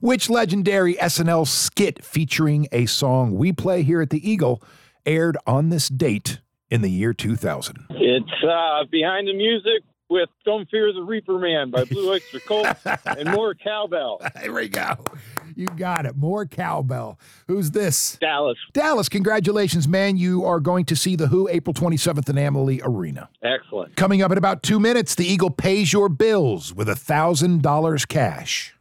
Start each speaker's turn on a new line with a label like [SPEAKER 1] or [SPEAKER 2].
[SPEAKER 1] which legendary SNL skit featuring a song we play here at the Eagle aired on this date in the year 2000?
[SPEAKER 2] It's uh, behind the music with "Don't Fear the Reaper Man" by Blue Oyster Cult and more cowbell.
[SPEAKER 1] There we go. You got it. More cowbell. Who's this?
[SPEAKER 2] Dallas,
[SPEAKER 1] Dallas, congratulations, man. You are going to see The Who April 27th in Amalie Arena.
[SPEAKER 2] excellent.
[SPEAKER 1] Coming up in about two minutes, the Eagle pays your bills with a $1,000 cash.